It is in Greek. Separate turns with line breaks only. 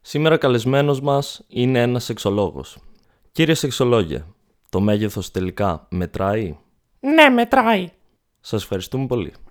Σήμερα καλεσμένος μας είναι ένας σεξολόγος. Κύριε σεξολόγε, το μέγεθος τελικά μετράει.
Ναι, μετράει.
Σας ευχαριστούμε πολύ.